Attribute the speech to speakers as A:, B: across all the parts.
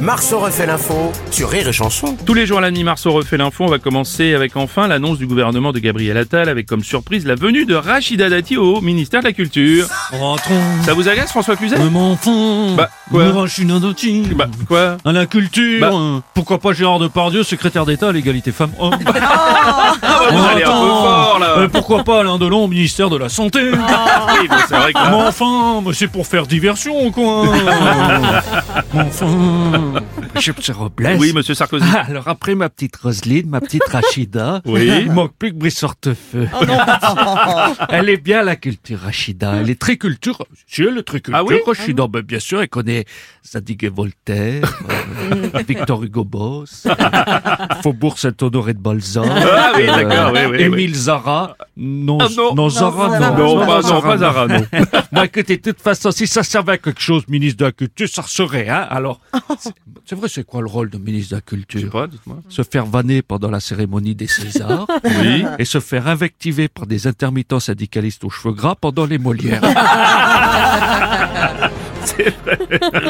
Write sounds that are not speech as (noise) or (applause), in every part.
A: Marceau refait l'info sur Rire et Chanson.
B: Tous les jours à la mi-mars, on refait l'info. On va commencer avec enfin l'annonce du gouvernement de Gabriel Attal avec comme surprise la venue de Rachida Dati au ministère de la Culture.
C: Rentrons,
B: Ça vous agace, François Cluzet
C: me mon fond.
B: Bah, quoi
C: Nous rachinons nos teams.
B: Bah, quoi
C: À la culture.
B: Bah.
C: euh, Pourquoi pas Gérard Depardieu, secrétaire d'État à
B: (laughs)
C: l'égalité femmes-hommes.
B: Ah, Vous allez Bah, un peu
C: Oh, Attends.
B: fort, là
C: Euh, Pourquoi pas Alain Delon, au ministère de la Santé.
B: Oui, bon, c'est vrai que là-
C: Mais enfin, mais c'est pour faire diversion,
B: (laughs)
C: quoi. Mais enfin. Je me Robles.
B: Oui, monsieur Sarkozy.
C: Ah, Alors après ma petite Roselyne, ma petite Rachida,
B: (laughs) Oui.
C: il manque plus que Brice Sortefeu. (laughs) elle est bien la culture Rachida, elle est très culture. Si elle est très culture
B: Ah oui
C: Rachida, ben, bien sûr, elle connaît Zadig et Voltaire, euh, Victor Hugo Boss, (laughs) Faubourg Saint-Honoré de Balzac,
B: Ah oui, d'accord, oui, oui, oui.
C: Euh, Émile Zara, non,
B: Ah non.
C: non, Zara, non,
B: Non, pas, non, pas Zara, non.
C: (laughs) Bon, Bah, écoutez, de toute façon, si ça servait à quelque chose, ministre de la Culture, ça serait, hein. Alors, c'est- c'est vrai, c'est quoi le rôle de ministre de la
B: Je sais
C: Culture
B: pas, dites-moi.
C: se faire vanner pendant la cérémonie des (laughs) Césars
B: Oui.
C: et se faire invectiver par des intermittents syndicalistes aux cheveux gras pendant les (laughs) Molières.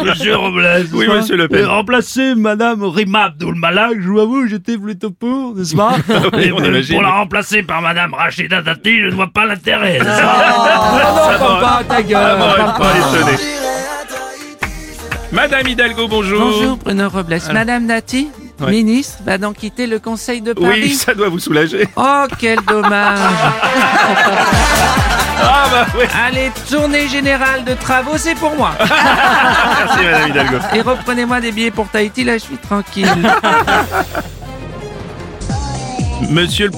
B: Monsieur Robles. Oui, monsieur Le Pen.
C: remplacer Euh, Madame Rima Abdul Malak, je vous avoue, j'étais plutôt pour, n'est-ce (laughs) pas
B: Oui, on imagine.
C: remplacer par Madame Rachida Dati, je ne vois pas l'intérêt. (laughs)
B: Ça va. Ça m'aurait pas étonné. Madame Hidalgo, bonjour.
D: Bonjour Bruno Robles. Madame Dati,
B: Ouais.
D: ministre, va donc quitter le Conseil de Paris.
B: Oui, ça doit vous soulager.
D: Oh, quel dommage.
B: Ah bah oui.
D: Allez, tournée générale de travaux, c'est pour moi.
B: Merci, Madame Hidalgo.
D: Et reprenez-moi des billets pour Tahiti, là, je suis tranquille.
B: Monsieur le...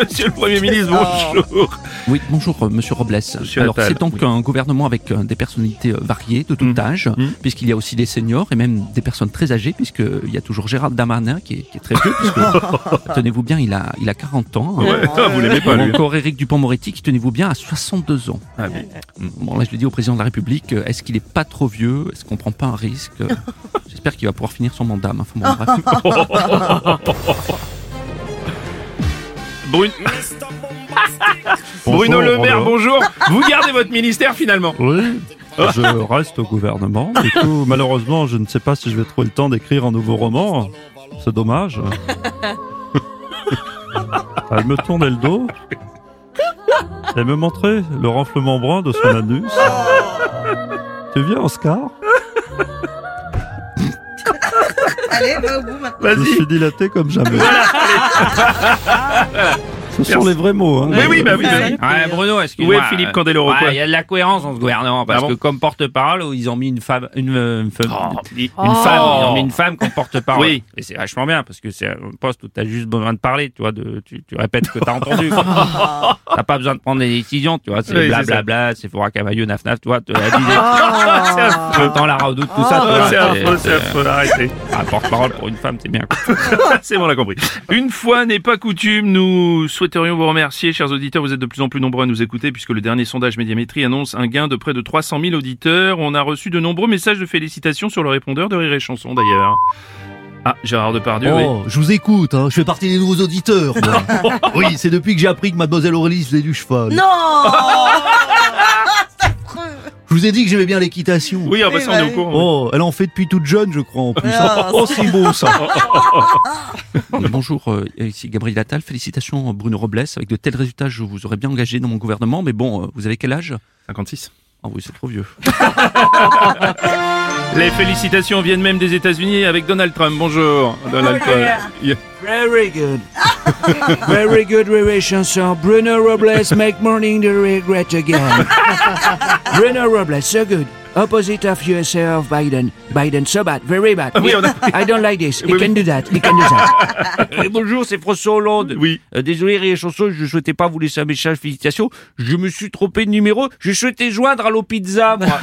B: Monsieur le (laughs) Premier ministre,
E: Ah.
B: bonjour.
F: Oui, bonjour euh, Monsieur Robles.
B: Monsieur
F: Alors
B: Attal, Mm.
F: c'est donc un gouvernement avec euh, des personnalités euh, variées de tout âge, puisqu'il y a aussi des seniors et même des personnes très âgées, puisqu'il y a toujours Gérald Darmanin qui est, qui est très vieux,
B: (laughs)
C: Ah.
F: puisque tenez-vous bien, il a, il a 40 ans.
B: Ouais, ah, vous l'aimez pas,
F: Ou
B: lui.
F: encore Éric Dupont-Moretti qui, tenez-vous bien, à 62 ans.
B: Ah oui.
F: Mm. Bon là je le dis au président de la République, euh, est-ce qu'il est pas trop vieux Est-ce qu'on prend pas un risque
C: (laughs)
F: Euh, J'espère qu'il va pouvoir finir son mandat. mais enfin, bon, bref.
E: (laughs)
B: Brune- Bruno Le Maire, bonjour. Vous gardez votre ministère finalement.
C: Oui,
F: (laughs)
C: je reste au gouvernement. Du coup, malheureusement, je ne sais pas si je vais trouver le temps d'écrire un nouveau roman.
B: (laughs)
C: C'est dommage. Elle me tournait le dos. Elle me montrait le renflement brun de son anus.
B: Oh.
C: Tu viens, Oscar Allez, va au bout maintenant. Je suis dilaté comme jamais. Ce sont les vrais mots. Hein,
B: Mais oui, bah oui. bah oui.
E: Ouais, Bruno, excuse-moi.
B: Où est Philippe Candeloro
E: Ouais, Il
B: quoi
E: y a de la cohérence dans ce gouvernement parce
B: Ah bon
E: que comme porte-parole, ils ont mis une femme, une, euh, une femme,
B: Oh, il-
E: une femme, ils ont mis une femme comme porte-parole.
B: Oui.
E: Et c'est vachement bien parce que c'est un poste où t'as juste besoin de parler, tu vois, de, tu, tu répètes ce que t'as entendu. quoi. t'as pas besoin de prendre des décisions, tu vois. C'est
B: Oui, c'est ça.
E: blablabla, c'est Fora Camailleux, naf naf, tu vois. Tu as dit des-
B: c'est affreux.
E: t'entends la redoute, tout ça. tu
B: Ah,
E: vois,
B: c'est affreux,
E: c'est-
B: c'est affreux, arrêtez.
E: Un porte-parole pour une femme, c'est bien. quoi.
B: C'est bon, on l'a compris. Une fois n'est pas coutume, nous souhaiterions vous remercier, chers auditeurs. Vous êtes de plus en plus nombreux à nous écouter puisque le dernier sondage Médiamétrie annonce un gain de près de 300 000 auditeurs. On a reçu de nombreux messages de félicitations sur le répondeur de Rire et Chanson, d'ailleurs. Ah, Gérard Depardieu, oui.
G: Oh, je vous écoute, hein, je fais partie des nouveaux auditeurs.
B: (laughs)
G: moi. oui, c'est depuis que j'ai appris que Mademoiselle Aurélie faisait du cheval. Non Je vous ai dit que j'aimais bien l'équitation.
B: Oui, ah bah ça, on est au courant.
G: Oh, elle en fait depuis toute jeune, je crois, en plus.
B: Ah,
G: oh, c'est beau ça
F: Bonjour, euh, ici Gabriel Attal. Félicitations euh, Bruno Robles. Avec de tels résultats, je vous aurais bien engagé dans mon gouvernement, mais bon, euh, vous avez quel âge
B: 56.
F: Ah oui, c'est trop vieux.
B: Les félicitations viennent même des États-Unis avec Donald Trump. Bonjour, Donald Trump. Yeah.
C: Very good. (laughs) Very good relation, sir. Bruno Robles make morning the regret again. (laughs) Bruno Robles, so good. Opposite of USA of Biden. Biden, so bad, very bad.
B: (laughs) Oui, on a-
C: I don't like this. He
B: Oui,
C: can do that. He can do that.
E: Eh, bonjour, c'est François Hollande.
B: Oui.
E: Euh, désolé, Rire et Chanson, je souhaitais pas vous laisser un message, félicitations. Je me suis trompé de numéro. Je souhaitais joindre à l'eau pizza, moi.